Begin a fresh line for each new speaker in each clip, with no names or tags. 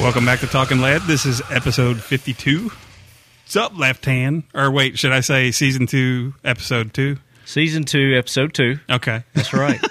Welcome back to Talking Lead. This is episode 52. What's up, left hand? Or wait, should I say season two, episode two?
Season two, episode two.
Okay.
That's right.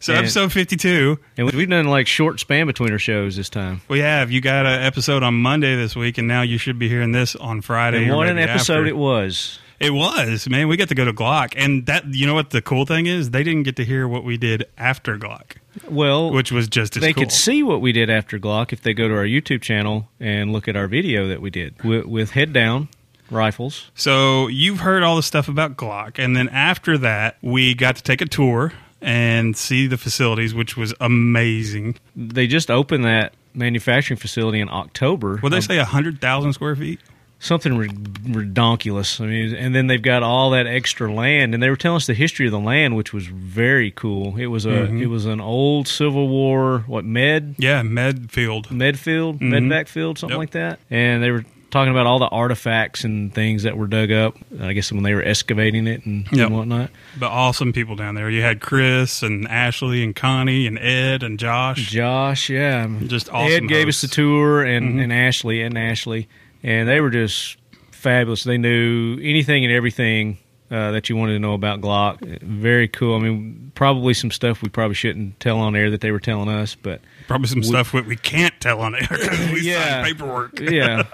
So,
Yeah.
episode 52,
and we- we've done like short span between our shows this time.
we have. You got an episode on Monday this week, and now you should be hearing this on Friday.
And
or
what an
maybe
episode
after.
it was.
It was, man. We got to go to Glock. And that, you know what the cool thing is? They didn't get to hear what we did after Glock,
Well,
which was just as
they
cool.
could see what we did after Glock if they go to our YouTube channel and look at our video that we did with, with head down rifles.
So you've heard all the stuff about Glock, and then after that, we got to take a tour and see the facilities, which was amazing.
They just opened that manufacturing facility in October.
Well, they
Um,
say hundred thousand square feet.
something rid- redonkulous. I mean, and then they've got all that extra land, and they were telling us the history of the land, which was very cool. It was a
Mm-hmm.
it was an old Civil War what med
Yeah, Medfield.
Medfield, Medvac Field, something
Mm-hmm. Yep.
like that. And they were talking about all the artifacts and things that were dug up. I guess when they were excavating it and,
Yep.
and whatnot.
But awesome people down there. You had Chris and Ashley and Connie and Ed and Josh.
Josh, yeah,
Just
Ed
awesome
gave us
hosts. Mm-hmm.
the tour, and, and Ashley and Ashley, and they were just fabulous. They knew anything and everything uh, that you wanted to know about Glock. Very cool. I mean, probably some stuff we probably shouldn't tell on air that they were telling us, but
Probably some stuff we, we can't tell on air 'cause we
Yeah.
signed paperwork.
yeah,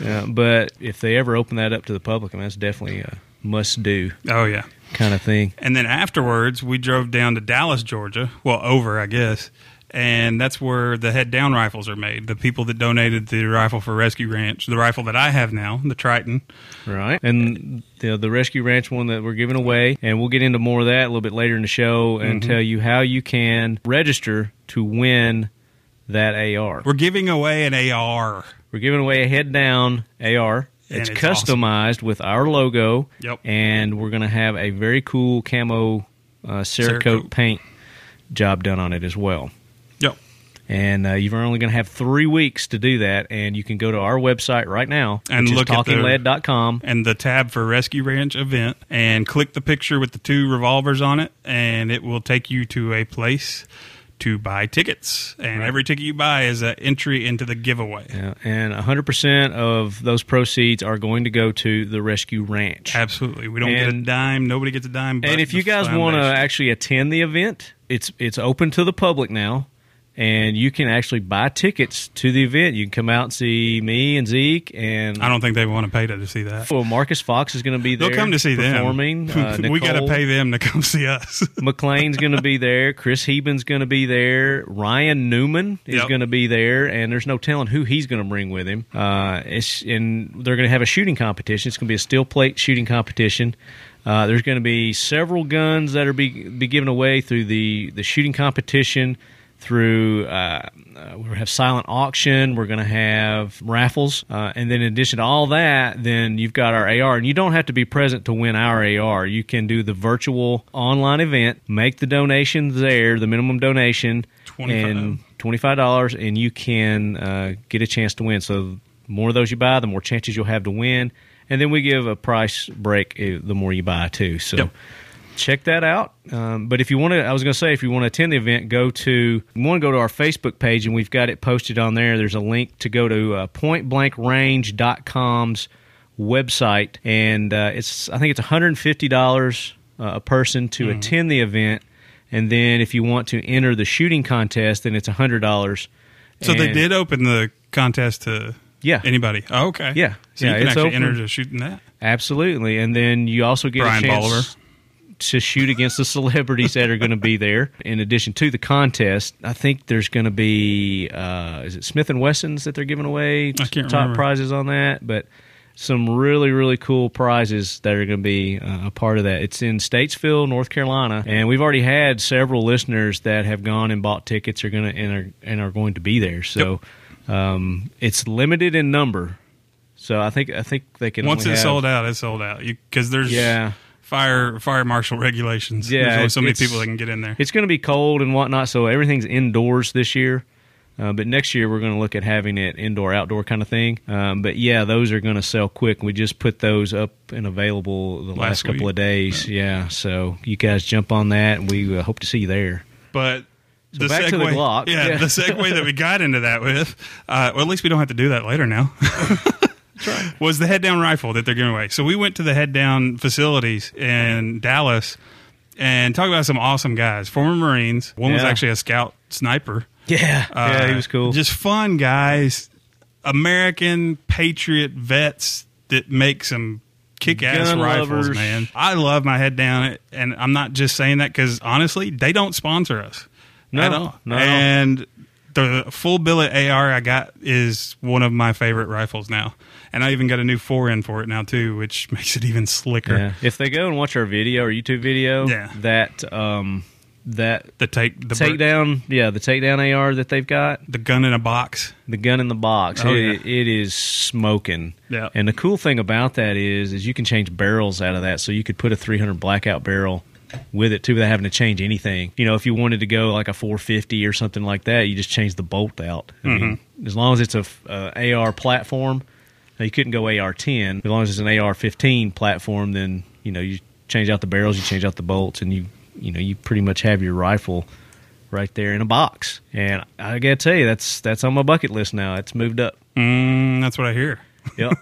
yeah. But if they ever open that up to the public, I mean, that's definitely a must do
Oh yeah.
kind of thing.
And then afterwards, we drove down to Dallas, Georgia. Well, over, I guess. And that's where the head down rifles are made. The people that donated the rifle for Rescue Ranch, the rifle that I have now, the Triton.
Right. And the, the Rescue Ranch one that we're giving away. And we'll get into more of that a little bit later in the show and
Mm-hmm.
tell you how you can register to win that AR.
We're giving away an AR.
We're giving away a head down AR.
And
It's,
it's awesome.
customized with our logo.
Yep.
And we're going to have a very cool camo uh, Cerakote,
Cerakote.
paint job done on it as well.
Yep.
And uh, you're only going to have three weeks to do that. And you can go to our website right now
And
which is
look at the-
talkingled.com.
And the tab for Rescue Ranch event, and click the picture with the two revolvers on it, and it will take you to a place to buy tickets. And every ticket you buy is an entry into the giveaway.
Yeah, and 100% of those proceeds are going to go to the rescue ranch.
Absolutely. We don't get a
And-
dime. Nobody gets a dime. but
And if
the
you guys want to
foundation.
actually attend the event, it's it's open to the public now, and you can actually buy tickets to the event. You can come out and see me and Zeke, and
I don't think they want to pay to see that.
well, Marcus Fox is going to be there.
They'll come to see them.
performing. Uh,
we got to
Nicole
pay them to come see us.
McLean's going to be there. Chris Heben's going to be there. Ryan Newman is
Yep.
going to be there, and there's no telling who he's going to bring with him. Uh, it's and they're going to have a shooting competition. It's going to be a steel plate shooting competition. Uh, there's going to be several guns that are be be given away through the the shooting competition. Through uh, uh, we'll have silent auction. We're going to have raffles, uh, and then in addition to all that, then you've got our AR, and you don't have to be present to win our AR. You can do the virtual online event, make the donation there, the minimum donation, and twenty-five dollars, and you can uh, get a chance to win. So the more of those you buy, the more chances you'll have to win, and then we give a price break eh, the more you buy too. So.
Yep.
Check that out. Um, but if you want to, I was going to say, if you want to attend the event, go to you want to go to our Facebook page, and we've got it posted on there. There's a link to go to uh, pointblankrange.com's website, and uh, it's I think it's 150 dollars uh, a person to
Mm-hmm.
attend the event, and then if you want to enter the shooting contest, then it's hundred dollars.
so they did open the contest to
Yeah.
anybody. Oh, okay.
Yeah.
So
Yeah,
you can
it's
actually
open.
enter to shooting that.
Absolutely, and then you also get
Brian
a chance
Bolivar.
to shoot against the celebrities that are going to be there. In addition to the contest, I think there's going to be uh, is it Smith and Wessons that they're giving away
I can't
top
remember.
prizes on that, but some really really cool prizes that are going to be uh, a part of that. It's in Statesville, North Carolina, and we've already had several listeners that have gone and bought tickets are going to and are and are going to be there. So um, it's limited in number. So I think I think they can
Once
only
it's
have-
sold out, it's sold out. Because there's
Yeah.
fire fire marshal regulations. there's
Yeah,
only
it-
so many
it's-
people that can get in there.
It's going to be cold and whatnot, so everything's indoors this year. Uh, but next year we're going to look at having it indoor outdoor kind of thing. Um, but yeah, those are going to sell quick. We just put those up and available the last,
Last
couple
week.
of days. Yeah, so you guys jump on that, and we uh, hope to see you there.
But
So back to the Glock.
Yeah,
Yeah.
the segue that we got into that with. Uh, well, at least we don't have to do that later now. Was the head down rifle that they're giving away? So we went to the head down facilities in Dallas, and talk about some awesome guys. Former Marines. One was
Yeah.
actually a scout sniper.
Yeah,
Uh,
yeah, he was cool.
Just fun guys, American patriot vets that make some kick-ass
Gun
rifles,
lovers.
man. I love my head down, and I'm not just saying that because honestly, they don't sponsor us
No,
at all.
no.
And the full billet AR I got is one of my favorite rifles now, and I even got a new four in for it now too, which makes it even slicker.
yeah. If they go and watch our video, our YouTube video,
Yeah.
that um that
The take the bir-
takedown, yeah, the takedown AR that they've got,
the gun in a box.
the gun in the box,
Oh,
it, it is smoking.
Yeah.
And the cool thing about that is, is you can change barrels out of that, so you could put a 300 blackout barrel with it too without having to change anything. You know, if you wanted to go like a 450 or something like that, you just change the bolt out. I mean, as long as it's a, f- uh, a AR platform, now you couldn't go AR10. As long as it's an AR15 platform, then you know you change out the barrels, you change out the bolts, and you you know you pretty much have your rifle right there in a box. And I gotta tell you, that's that's on my bucket list now. It's moved up.
Mm, that's what I hear.
Yep.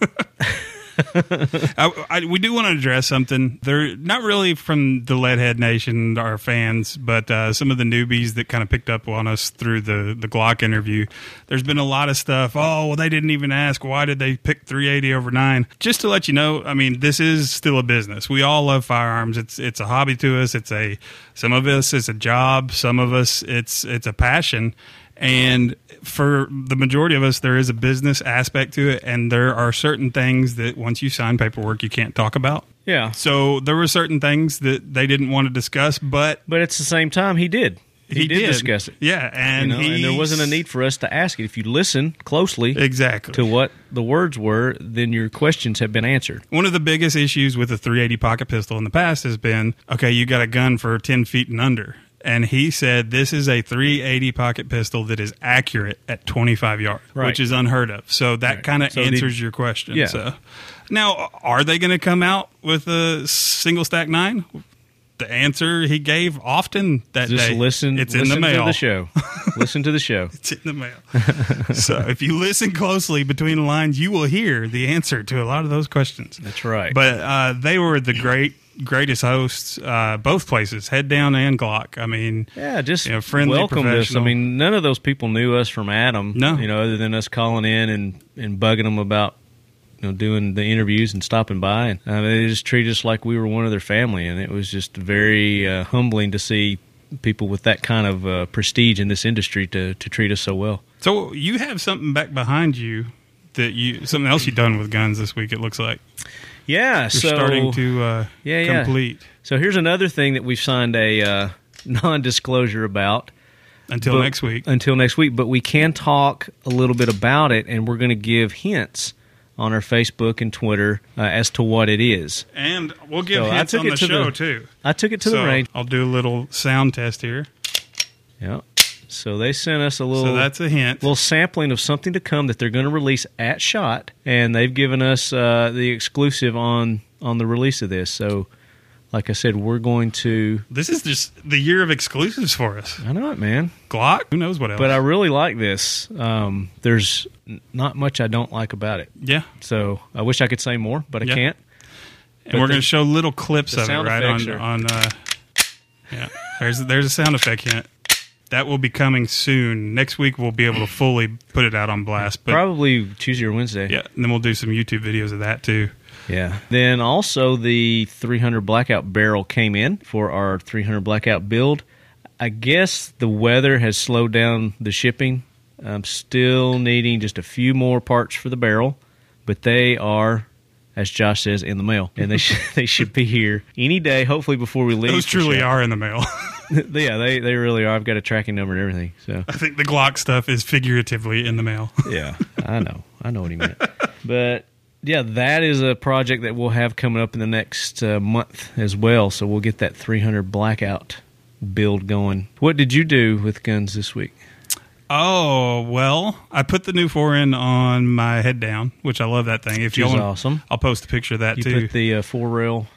I, I, we do want to address something. They're not really from the Leadhead Nation, our fans, but uh, some of the newbies that kind of picked up on us through the, the Glock interview. There's been a lot of stuff. Oh, well, they didn't even ask. Why did they pick 380 over 9? Just to let you know, I mean, this is still a business. We all love firearms. It's it's a hobby to us. It's a some of us it's a job. Some of us it's it's a passion. And for the majority of us, there is a business aspect to it, and there are certain things that once you sign paperwork, you can't talk about.
yeah.
So there were certain things that they didn't want to discuss, but
But at the same time, he did.
he,
did, discuss it.
Yeah, and
You know, and there
he's-
wasn't a need for us to ask it. If you listen closely
exactly
to what the words were, then your questions have been answered.
One of the biggest issues with the 380 pocket pistol in the past has been okay, you got a gun for 10 feet and under. And he said this is a 380 pocket pistol that is accurate at 25 yards,
Right.
which is unheard of. So that
Right.
kind of
So the-
answers your question.
Yeah.
So now, are they going to come out with a single stack nine? The answer he gave often that
Just
day.
listen.
It's
listen
in the mail.
to the show. listen to the show.
It's in the mail. so if you listen closely between the lines, you will hear the answer to a lot of those questions.
That's right.
But uh, they were the great, greatest hosts, uh, both places, head down and Glock. I mean,
Yeah, just
You know, friendly,
welcomed us. I
professional.
mean, none of those people knew us from Adam.
No.
you know, other than us calling in and and bugging them about you know doing the interviews and stopping by, and uh, they just treated us like we were one of their family, and it was just very uh, humbling to see people with that kind of uh, prestige in this industry to to treat us so well.
so you have something back behind you that you something else you've done with guns this week. It looks like
Yeah,
you're
so
starting to uh,
Yeah, yeah.
complete
so here's another thing that we've signed a uh, non-disclosure about.
until
But-
next week.
Until next week, but we can talk a little bit about it, and we're going to give hints on our Facebook and Twitter uh, as to what it is.
And we'll give
So I
hints
took
on
it
the
to the-
show too.
I took it to
So
the range.
I'll do a little sound test here.
Yeah. So they sent us a little.
so that's a hint.
little sampling of something to come that they're going to release at Shot, and they've given us uh, the exclusive on on the release of this. So, like I said, we're going to.
this is just the year of exclusives for us.
I know it, man.
Glock. Who knows what else?
But I really like this. Um, there's n- not much I don't like about it.
yeah,
So I wish I could say more, but I
Yeah.
can't.
and
But
we're
the-
going to show little clips
the
of it
sound
right
effects
on
are-
on. Uh, yeah, there's there's a sound effect hint that will be coming soon. Next week we'll be able to fully put it out on blast. But
Probably Tuesday or Wednesday.
yeah, and then we'll do some YouTube videos of that too.
Yeah. Then also the 300 blackout barrel came in for our 300 blackout build. I guess the weather has slowed down the shipping. I'm still needing just a few more parts for the barrel, but they are, as Josh says, in the mail, and they should, they should be here any day. Hopefully before we leave.
Those
for
truly
shop.
are in the mail.
yeah, they they really are. I've got a tracking number and everything. So
I think the Glock stuff is figuratively in the mail.
yeah, I know. I know what he meant. But yeah, that is a project that we'll have coming up in the next uh, month as well. So we'll get that 300 blackout build going. What did you do with guns this week?
Oh well, I put the new four in on my head down, which I love that thing. If
Which is
you want,
awesome.
I'll post a picture of that
You
too.
put the uh, four rail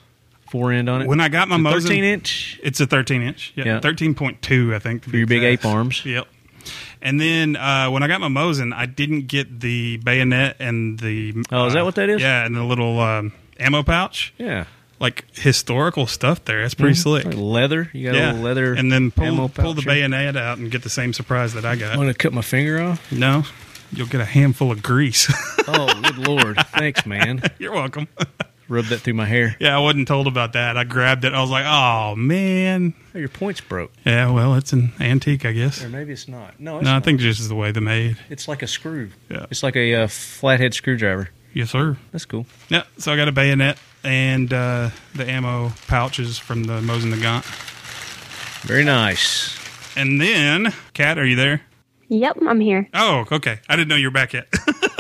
four end on it.
When I got my
It's a
Mosin-
thirteen inch.
It's a 13 inch. Yeah,
Yeah.
13.2, I think.
For your big ape arms.
Yep. And then uh, when I got my Mosin, I didn't get the bayonet and the.
Oh, is that
uh,
what that is?
Yeah, and the little um, ammo pouch.
Yeah,
Like historical stuff there. That's pretty slick.
Mm-hmm. Like leather. You got
yeah.
a little leather.
And then
ammo
pull, pull
pouch
the
here.
bayonet out and get the same surprise that I got.
I'm gonna cut my finger off.
No, you'll get a handful of grease.
Oh, good lord! Thanks, man.
You're welcome.
Rub that through my hair.
yeah, I wasn't told about that. I grabbed it. I was like, oh, man.
Oh, your point's broke,
Yeah, well, it's an antique, I guess.
or maybe it's not. No, it's
No, I
not.
think this is the way they made.
it's like a screw.
Yeah.
It's like a uh, flathead screwdriver.
Yes, sir.
That's cool.
Yeah, so I got a bayonet and uh, the ammo pouches from the Mosin Nagant.
Very nice.
And then, Kat, are you there?
Yep, I'm here.
Oh, okay. I didn't know you were back yet.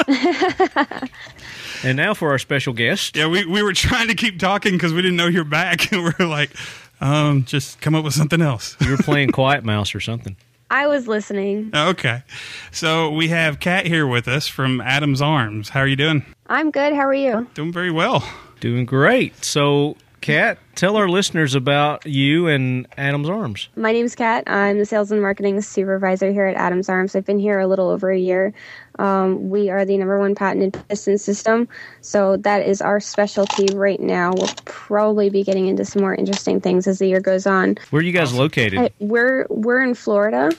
And now for our special guest.
yeah, we, we were trying to keep talking because we didn't know you're back, and we're like, um, just come up with something else.
You were playing Quiet Mouse or something.
I was listening.
okay, so we have Kat here with us from Adam's Arms. How are you doing?
I'm good. How are you?
Doing very well.
Doing great. So, Kat, tell our listeners about you and Adam's Arms.
My name's Kat. I'm the sales and marketing supervisor here at Adams Arms. I've been here a little over a year. Um, we are the number one patented piston system, so that is our specialty right now. We'll probably be getting into some more interesting things as the year goes on.
Where are you guys located?
I, we're we're in Florida,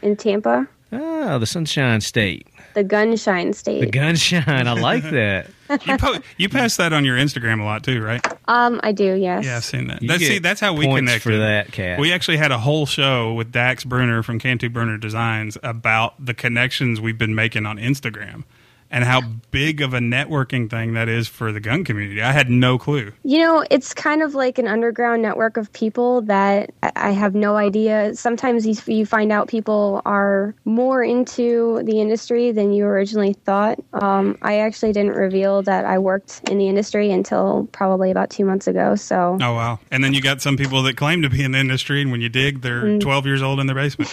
in Tampa,
Ah, the Sunshine State.
the Gunshine
The
State.
Gunshine. I like that.
You po- you pass that on your Instagram a lot too, right?
um, I do. Yes.
Yeah, I've seen that.
You
That's, see,
get
that's how we
points
connected
for that, Kat.
We actually had a whole show with Dax Bruner from Cantu Bruner Designs about the connections we've been making on Instagram and how big of a networking thing that is for the gun community. I had no clue.
You know, it's kind of like an underground network of people that I- I have no idea. Sometimes you, you find out people are more into the industry than you originally thought. Um, I actually didn't reveal that I worked in the industry until probably about two months ago. So,
Oh wow! And then you got some people that claim to be in the industry, and when you dig, they're 12 years old in their basement.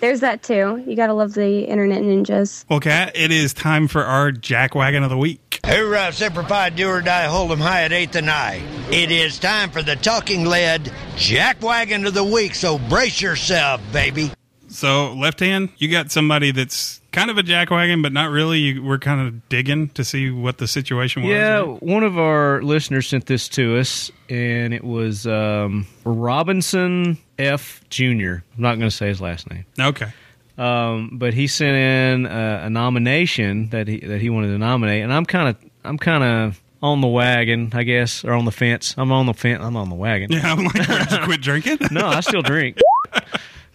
there's that too. You gotta love the internet ninjas.
well, Kat, it is time for our jackwagon of the week.
Hoorah, Semper Fi, do or die, hold 'em high at eighth and I. It is time for the talking lead jack wagon of the week, so brace yourself, baby.
So, left hand, you got somebody that's kind of a jackwagon, but not really. You, we're kind of digging to see what the situation was.
Yeah,
right?
one of our listeners sent this to us, and it was um, Robinson F. Jr. I'm not going to say his last name.
Okay.
Um, but he sent in a, a nomination that he that he wanted to nominate, and I'm kind of I'm kind of on the wagon, I guess, or on the fence. I'm on the fence. I'm on the wagon.
Yeah, I'm like, "Did you quit drinking?
No, I still drink.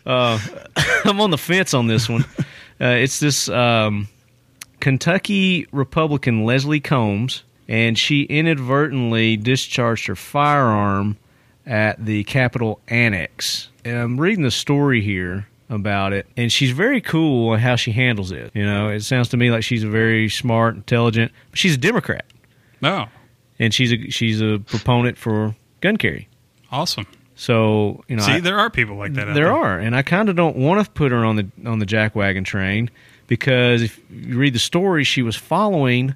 uh, I'm on the fence on this one. Uh, it's this um, Kentucky Republican Leslie Combs, and she inadvertently discharged her firearm at the Capitol Annex. And I'm reading the story here about it, and she's very cool on how she handles it. You know, it sounds to me like she's a very smart, intelligent. But she's a Democrat,
No.
and she's a she's a proponent for gun carry.
Awesome.
So you know, I-
See, there are people like that. out
there are, and I kind of don't want to put her on the on the jackwagon train because if you read the story, she was following,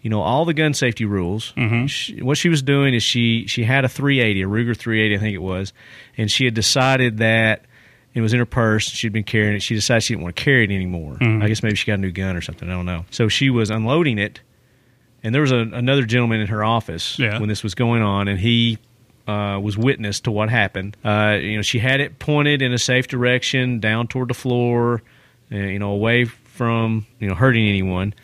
you know, all the gun safety rules.
Mm-hmm.
She, what she was doing is she she had a 380, a Ruger 380, I think it was, and she had decided that it was in her purse. She'd been carrying it. She decided she didn't want to carry it anymore.
Mm-hmm.
I guess maybe she got a new gun or something. I don't know. So she was unloading it, and there was a, another gentleman in her office
Yeah.
when this was going on, and he uh, was witness to what happened. Uh, you know, she had it pointed in a safe direction, down toward the floor, uh, you know, away from you know hurting anyone.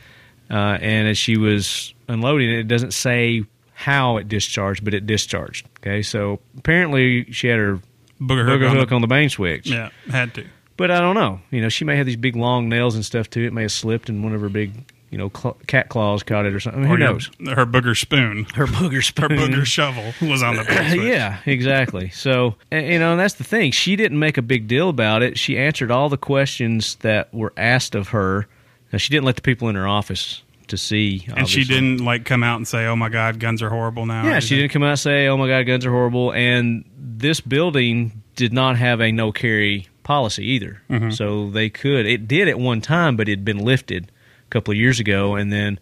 Uh, and as she was unloading it, it doesn't say how it discharged, but it discharged. Okay, so apparently she had her
Booger hook
booger
on the-
hook on the main switch.
Yeah, had to.
But I don't know. You know, she may have these big long nails and stuff too. It may have slipped, and one of her big, you know, cl- cat claws caught it or something. Who
Or your-
knows?
her booger spoon,
Her booger
her
spoon.
booger shovel was on the back. switch.
yeah, exactly. So, and, you know, and that's the thing. She didn't make a big deal about it. She answered all the questions that were asked of her. Now, she didn't let the people in her office to see.
And she
obviously.
didn't like come out and say, "Oh my God, guns are horrible now." or
Yeah, she
anything.
didn't come out and say, "Oh my God, guns are horrible." And this building did not have a no carry policy either,
Mm-hmm.
so they could. It did at one time, but it had been lifted a couple of years ago, and then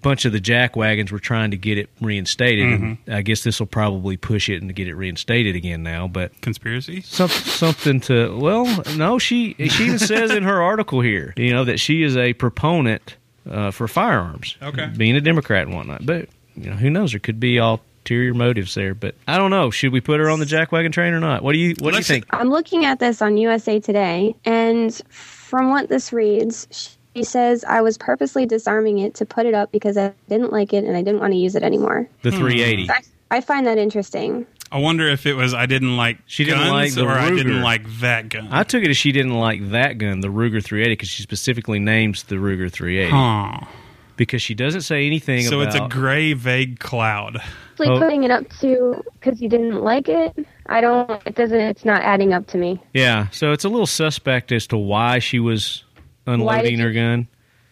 bunch of the jack wagons were trying to get it reinstated.
Mm-hmm.
And I guess this will probably push it and get it reinstated again now. But
Conspiracy?
some, something to well, no, she she even says in her article here, you know, that she is a proponent uh, for firearms.
Okay.
being a Democrat and whatnot. But you know, who knows? There could be ulterior motives there. But I don't know. Should we put her on the jack wagon train or not? What do you What
Let's-
do you think?
I'm looking at this on USA Today, and from what this reads, she says, I was purposely disarming it to put it up because I didn't like it and I didn't want to use it anymore.
The
Hmm.
380.
I, I find that interesting.
I wonder if it was I didn't like
She didn't
guns
like the
or I didn't
Ruger.
like that gun.
I took it as she didn't like that gun, the Ruger 380, because she specifically names the Ruger 380
Huh.
because she doesn't say anything
So
about.
it's a gray, vague cloud.
Like
Oh.
putting it up to because you didn't like it. I don't. It doesn't. It's not adding up to me.
yeah, so it's a little suspect as to why she was unloading
you-
her gun.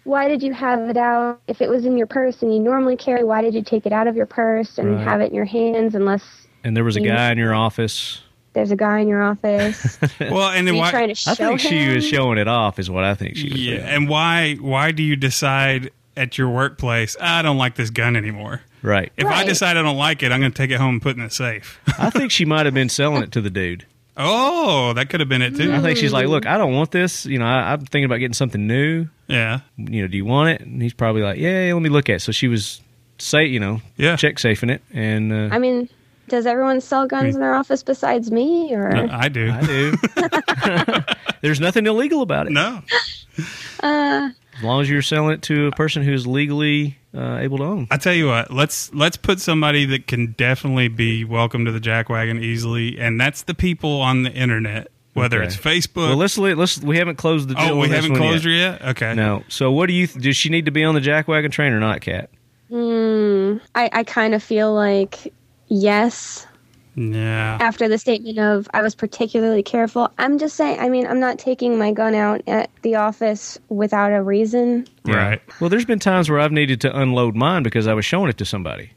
Why did you have it out? If it was in your purse and you normally carry, why did you take it out of your purse and
Right.
have it in your hands? Unless
And there was a
You-
guy in your office.
there's a guy in your office.
Well, and
Are
then
you
why?
trying to
I
show
think
him?
she was showing it off, is what I think she was.
yeah,
doing.
and why? Why do you decide at your workplace? I don't like this gun anymore.
Right.
If I
Right.
decide I don't like it, I'm going to take it home and put it in the safe.
I think she might have been selling it to the dude.
oh, that could have been it too.
I think she's like, look, I don't want this. You know, I, I'm thinking about getting something new.
Yeah,
You know, do you want it? And he's probably like, yeah, let me look at it. So she was, say, you know,
Yeah.
check safing it. And uh,
I mean, does everyone sell guns
Hmm.
in their office besides me? Or
Uh-uh.
I do.
I do. There's nothing illegal about it.
no,
As long as you're selling it to a person who's legally uh, able to own.
I tell you what. Let's let's put somebody that can definitely be welcome to the jackwagon easily, and that's the people on the internet, whether
Okay.
it's Facebook.
Well, let's let's we haven't closed the deal.
oh, we
on this
haven't
one
closed
yet.
her yet. Okay.
No. So what do you th- does she need to be on the jack wagon train or not, Kat?
Hmm, I, I kind of feel like yes.
Yeah.
After the statement of I was particularly careful, I'm just saying. I mean, I'm not taking my gun out at the office without a reason.
Right.
Well, there's been times where I've needed to unload mine because I was showing it to somebody,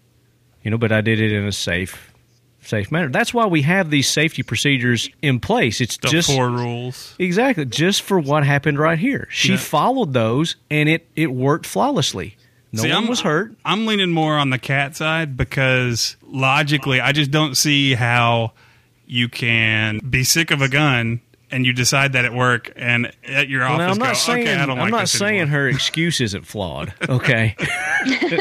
you know, but I did it in a safe, safe manner. That's why we have these safety procedures in place. It's
The
just
four rules.
exactly just for what happened right here. She
Yeah.
followed those, and it it worked flawlessly. No
See,
one
I'm-
was hurt.
I'm leaning more on the cat side because logically, I just don't see how you can be sick of a gun and you decide that at work and at your
Now,
office.
I'm not
go,
saying
okay, I
I'm
don't like
not
this
saying
anymore."
her excuse isn't flawed. Okay,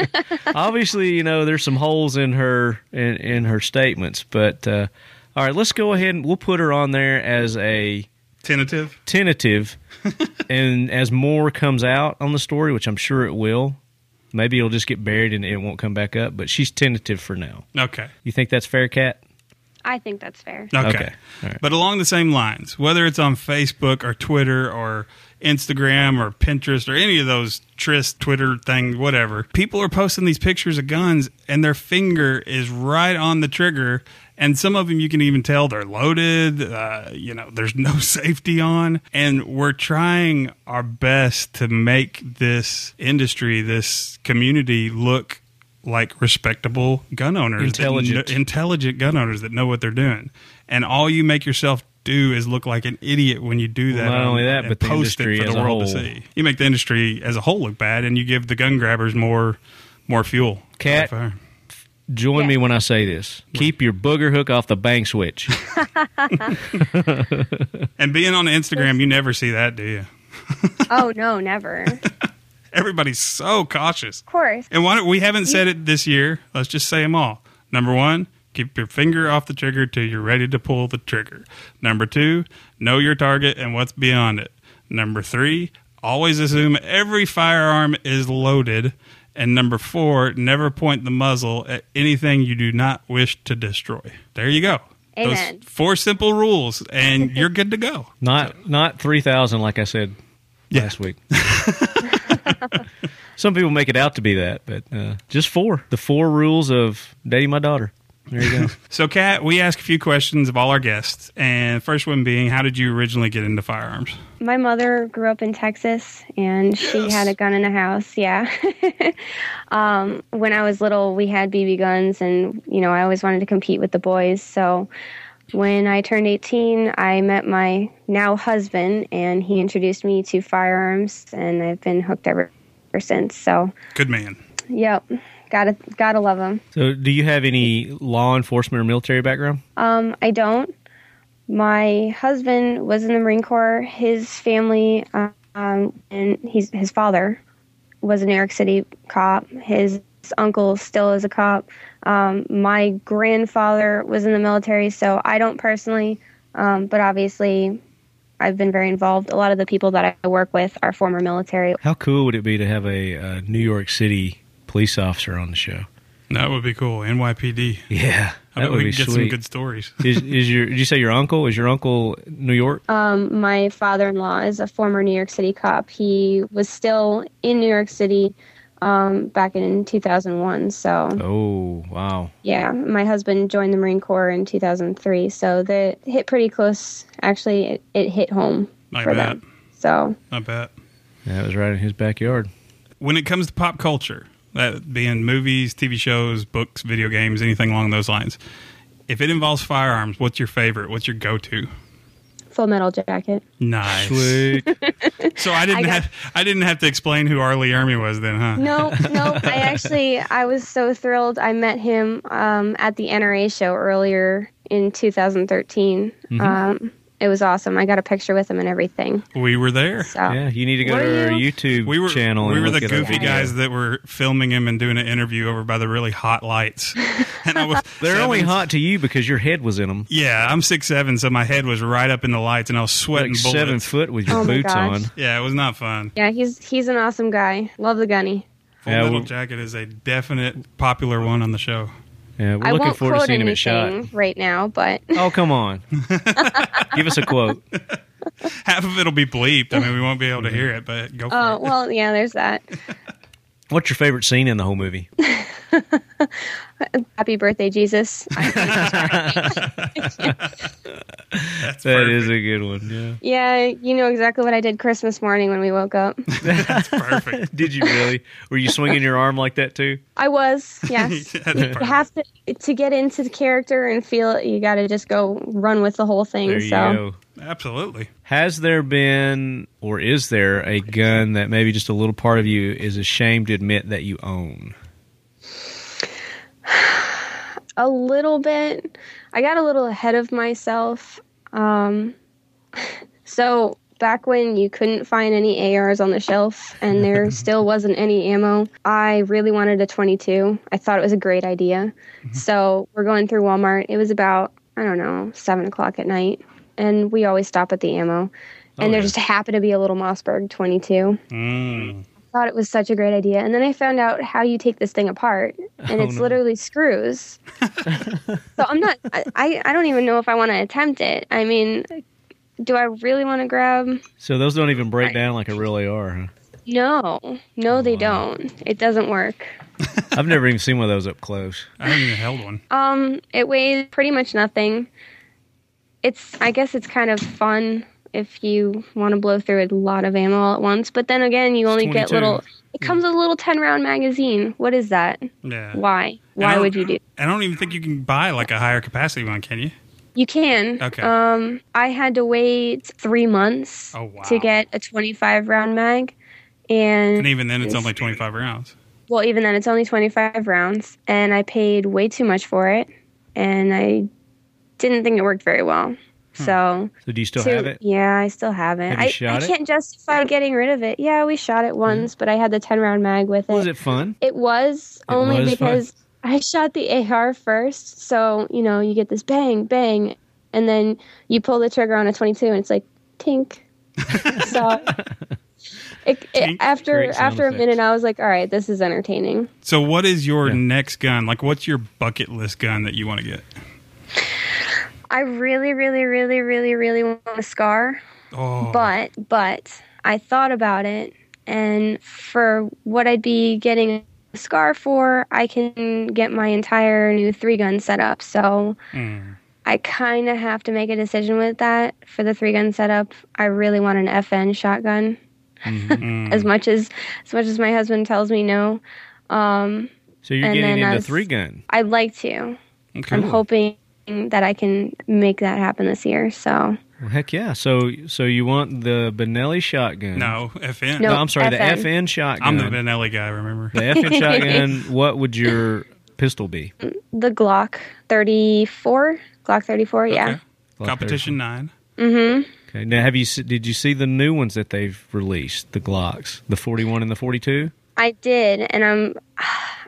obviously, you know there's some holes in her in, in her statements, but uh, all right, let's go ahead and we'll put her on there as a
tentative.
tentative, and as more comes out on the story, which I'm sure it will, maybe it'll just get buried and it won't come back up. But she's tentative for now.
Okay.
You think that's fair, Cat?
I think that's fair.
Okay.
Okay. All right.
But along the same lines, whether it's on Facebook or Twitter or Instagram or Pinterest or any of those Trist Twitter thing, whatever, people are posting these pictures of guns and their finger is right on the trigger. And some of them you can even tell they're loaded. Uh, you know, there's no safety on. And we're trying our best to make this industry, this community look like respectable gun owners, that kn-
Intelligent.
intelligent gun owners that know what they're doing. And all you make yourself do is look like an idiot when you do that.
not
and-
only that,
and
but the
post
industry
it for
as
the
a
world to
whole.
see. You make the industry as a whole look bad, and you give the gun grabbers more more fuel.
Cat.
Fire.
Join
Yeah.
me when I say this. Keep your booger hook off the bang switch.
And being on Instagram, you never see that, do you?
oh no, never. Of
Everybody's so cautious.
course.
And why don't, we haven't said it this year. Let's just say them all. Number one, keep your finger off the trigger till you're ready to pull the trigger. Number two, know your target and what's beyond it. Number three, always assume every firearm is loaded. And number four, never point the muzzle at anything you do not wish to destroy. There you go.
Amen.
Those four simple rules, and you're good to go.
Not not three thousand, like I said
Yeah.
last week. Some people make it out to be that, but uh, just four. The four rules of dating my daughter. There you go.
So, Kat, we ask a few questions of all our guests. And first one being, how did you originally get into firearms?
My mother grew up in Texas and she
Yes.
had a gun in the house. Yeah. um, when I was little, we had BB guns and, you know, I always wanted to compete with the boys. So when I turned 18, I met my now husband and he introduced me to firearms and I've been hooked ever, ever since. So
Good man.
Yep. Gotta gotta love them.
So, do you have any law enforcement or military background?
Um, I don't. My husband was in the Marine Corps. His family, um, and he's his father was a New York City cop. His uncle still is a cop. Um, my grandfather was in the military, so I don't personally, um, but obviously, I've been very involved. A lot of the people that I work with are former military.
How cool would it be to have a, uh New York City police officer on the show?
That would be cool. NYPD.
Yeah,
I
that
bet
would
we
be
can get some
sweet.
good stories.
is, is your? Did you say your uncle? Is your uncle New York?
Um, my father-in-law is a former New York City cop. He was still in New York City um, back in 2001. So
oh wow,
Yeah, my husband joined the Marine Corps in 2003, so that hit pretty close. Actually, it, it hit home
I
for
bet.
them. So,
I bet.
that was right in his backyard.
When it comes to pop culture, that being movies, TV shows, books, video games, anything along those lines, if it involves firearms, what's your favorite? What's your go to?
Full Metal Jacket.
Nice.
Sweet.
So I didn't
I got-
have I didn't have to explain who Arlie Ermy was then, huh?
No, no, I actually I was so thrilled. I met him um, at the NRA show earlier in 2013. Um, it was awesome. I got a picture with him and everything.
We were there.
So
yeah, you need to go
Were
to our
you?
YouTube
We were
channel.
we
and
were the
look at our
goofy
video.
guys that were filming him and doing an interview over by the really hot lights. And I was
They're only
seven-
hot to you because your head was in them.
Yeah, I'm six seven, so my head was right up in the lights, and I was sweating
Like
bullets.
seven foot with your
Oh my
boots
gosh.
on.
Yeah, it was not fun.
yeah, he's he's an awesome guy. Love the gunny.
Full
Yeah,
Metal
we-
Jacket is a definite popular one on the show.
Yeah, we're
I
looking
won't
forward to
quote
seeing him
anything
at shot.
right now, but
Oh come on, give us a quote.
Half of it'll be bleeped. I mean, we won't be able to hear it, but go for
oh
it.
well, yeah, there's that.
What's your favorite scene in the whole movie?
Happy birthday, Jesus.
That's
That
perfect.
is a good one. Yeah.
Yeah, you know exactly what I did Christmas morning when we woke up.
That's perfect.
Did you really? Were you swinging your arm like that too?
I was, yes.
That's
you
perfect.
have to to get into the character and feel it. You got to just go run with the whole thing.
There you
so
go.
Absolutely.
Has there been, or is there, a gun that maybe just a little part of you is ashamed to admit that you own?
a little bit, I got a little ahead of myself. Um, so back when you couldn't find any ARs on the shelf and there still wasn't any ammo, I really wanted a 22. I thought it was a great idea. So we're going through Walmart. It was about I don't know seven o'clock at night, and we always stop at the ammo. And there
yeah.
just happened to be a little Mossberg 22.
Mm.
Thought it was such a great idea, and then I found out how you take this thing apart, and
Oh,
it's
no.
literally screws. so I'm not. I- I I don't even know if I want to attempt it. I mean, do I really want to grab?
So those don't even break
Right.
down like a real AR. Huh?
No, no, they
Wow.
don't. It doesn't work.
I've never even seen one of those up close.
I haven't even held one.
Um, it weighs pretty much nothing. It's I guess it's kind of fun if you want to blow through a lot of ammo all at once, but then again, you only get
22.
little. It comes with a little ten round magazine. What is that?
Yeah.
Why?
And I
Why
don't-
would you do?
I don't even think you can buy like a higher capacity one, can you?
You can.
Okay.
Um, I had to wait three months
Oh, wow.
to get a twenty-five round mag, and
And even then, it's only 25 rounds.
well, even then, it's only 25 rounds, and I paid way too much for it, and I didn't think it worked very well. So,
So do you Hmm. still
so-
have it?
yeah, I still have it.
Have you
I,
shot
I
it? Hmm.
can't justify getting rid of it. Yeah, we shot it once, but I had the 10 round mag with
Was it fun?
it was
It
only
was
because I shot the AR first, so you know you get this bang bang, and then you pull the trigger on a 22, and it's like tink. so
Tink.
it, it, after
Great sound
after a
effects.
minute, I was like, all right, this is entertaining.
So, what is your
Yeah.
next gun? Like, what's your bucket list gun that you want to get?
I really, really, really, really, really want a scar,
Oh,
but but I thought about it, and for what I'd be getting a scar for, I can get my entire new three gun setup. So.
Mm.
I kind of have to make a decision with that for the three gun setup. I really want an FN shotgun
Mm.
as much as as much as my husband tells me no. Um,
So you're
And
getting
then
into
as-
three gun.
I'd like to.
Okay.
I'm hoping that I can make that happen this year. So
Well, heck yeah. So so you want the Benelli shotgun?
No, FN.
No,
No,
I'm sorry, the
FN.
FN shotgun.
I'm the Benelli guy, remember?
The FN shotgun. What would your pistol be?
The Glock 34. Glock 34, yeah.
Okay. Competition 9.
Okay. Now, have you se- did you see the new ones that they've released? The Glocks, the 41 and the 42.
I did, and I'm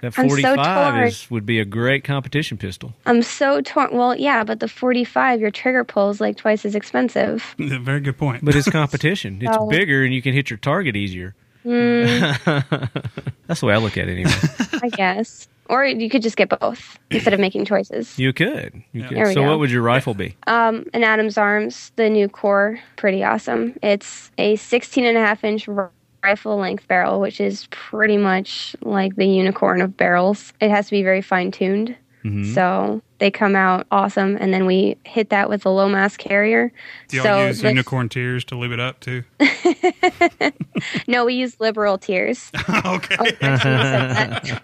That
I'm so
45
torn.
is would be a great competition pistol.
I'm so torn. Well, yeah, but the 45, your trigger pull is like twice as expensive.
Very good point.
But it's competition. It's
So-
bigger and you can hit your target easier.
Mm.
That's the way I look at it anyway.
I guess. Or you could just get both instead of making choices.
You could. You could.
There we
So
go.
what would your rifle be?
Um, and Adam's Arms, the new core, pretty awesome. It's a 16 and a half inch r- rifle length barrel, which is pretty much like the unicorn of barrels. It has to be very fine tuned.
Mm-hmm.
So they come out awesome, and then we hit that with the low mass carrier.
Do y'all
so
use
the-
unicorn tears to lube it up, too?
no, we use liberal tears. Oh.
okay.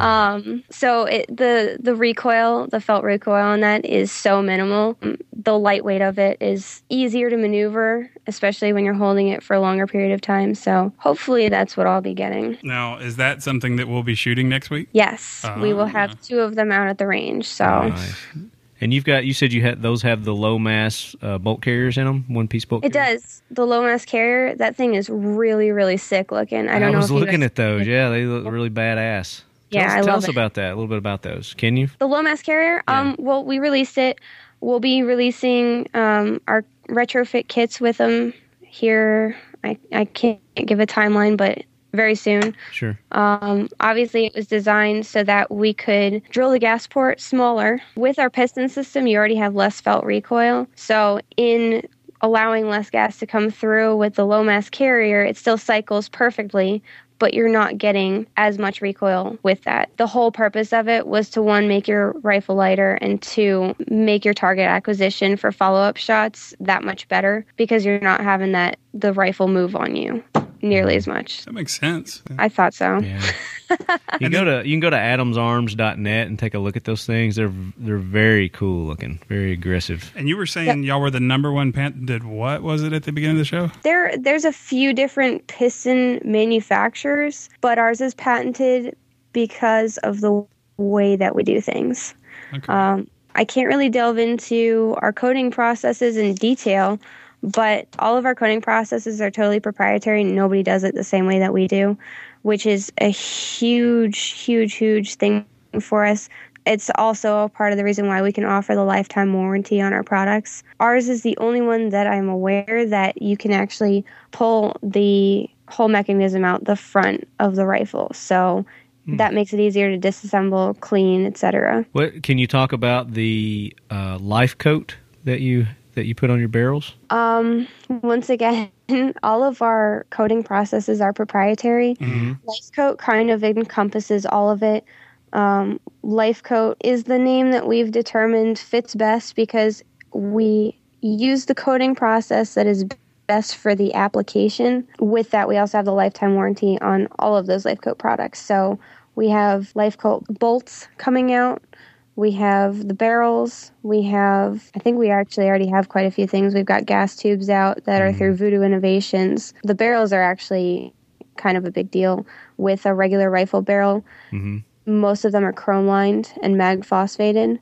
Um, so it, the the recoil, the felt recoil on that is so minimal. The lightweight of it is easier to maneuver, especially when you're holding it for a longer period of time. So hopefully that's what I'll be getting.
Now, is that something that we'll be shooting next week?
Yes, we will
Ah.
have two of them out at the range. So
Nice. And you've got you said you had those have the low mass uh, bolt carriers in them, one piece bolt.
it
carriers?
does. The low mass carrier, that thing is really really sick looking. I don't know
was
if you
looking
guys-
at those. Yeah, they look really badass.
Yeah,
tell us,
I
tell
love
us
it.
about that a little bit about those. Can you?
the low mass carrier um well we released it we'll be releasing um our retrofit kits with them here i i can't give a timeline but very soon
Sure.
um, obviously it was designed so that we could drill the gas port smaller with our piston system you already have less felt recoil so in allowing less gas to come through with the low mass carrier it still cycles perfectly but you're not getting as much recoil with that. The whole purpose of it was to one, make your rifle lighter, and two, make your target acquisition for follow up shots that much better because you're not having that the rifle move on you nearly as much.
That makes sense.
I thought so.
Yeah. you can go to you can go to adamsarms.net and take a look at those things. They're they're very cool looking, very aggressive.
And you were saying y'all were the number one pan- did what was it at the beginning of the show?
There, there's a few different piston manufacturers, but ours is patented because of the way that we do things.
Okay.
Um, I can't really delve into our coding processes in detail, but all of our coding processes are totally proprietary. Nobody does it the same way that we do, which is a huge, huge, huge thing for us. It's also a part of the reason why we can offer the lifetime warranty on our products. Ours is the only one that I'm aware that you can actually pull the whole mechanism out the front of the rifle. So that makes it easier to disassemble, clean, etc.
What can you talk about the uh, life coat that you that you put on your barrels?
Um, once again, all of our coding processes are proprietary. Lifecoat kind of encompasses all of it. Um, Lifecoat is the name that we've determined fits best because we use the coding process that is best for the application. With that, we also have the lifetime warranty on all of those Lifecoat products. So we have Lifecoat bolts coming out. We have the barrels. We have, I think we actually already have quite a few things. We've got gas tubes out that are
Mm-hmm.
through Voodoo Innovations. The barrels are actually kind of a big deal with a regular rifle barrel.
Mm-hmm.
Most of them are chrome lined and mag phosphated.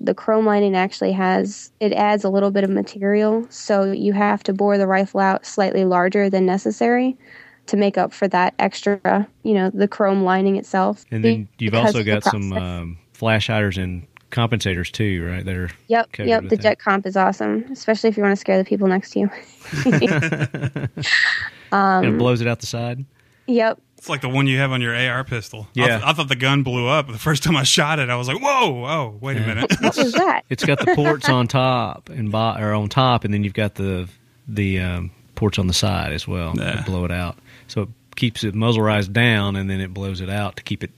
The chrome lining actually has, it adds a little bit of material. So you have to bore the rifle out slightly larger than necessary to make up for that extra, you know, the chrome lining itself.
And then you've
because
also
of the
got some
process.
um, flash hiders and compensators too, right? That are
Yep,
covered
yep.
with
The
that.
jet comp is awesome, especially if you want to scare the people next to you.
and it blows it out the side.
yep.
It's like the one you have on your AR pistol. I,
Yeah.
th- I thought the gun blew up. The first time I shot it, I was like, whoa, whoa, wait a minute.
What was that?
It's got the ports on top and bo- or on top, and then you've got the the um, ports on the side as well
Yeah.
to blow it out. So it keeps it muzzle rise down, and then it blows it out to keep it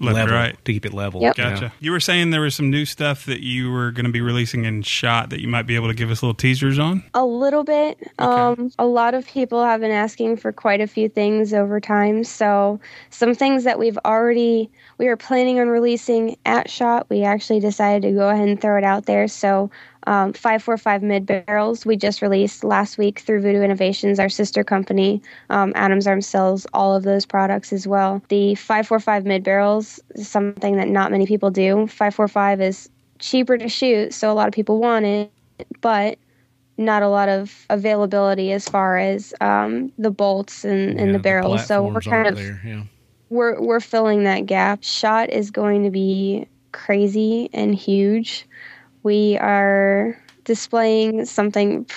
Left,
level.
right.
To keep it level.
Yep.
Gotcha. You were saying there was some new stuff that you were going to be releasing in shot that you might be able to give us little teasers on.
A little bit. Um, a lot of people have been asking for quite a few things over time. So, some things that we've already, we were planning on releasing at SHOT, we actually decided to go ahead and throw it out there. So, um, 545 mid barrels we just released last week through Voodoo Innovations, our sister company. Um, Adams Arms sells all of those products as well. The 545 mid barrels is something that not many people do. 545 is cheaper to shoot, so a lot of people want it, but not a lot of availability as far as um, the bolts and, and
Yeah,
the barrels. so we're
platforms
kind of
aren't there. Yeah.
we're we're filling that gap. Shot is going to be crazy and huge. We are displaying something.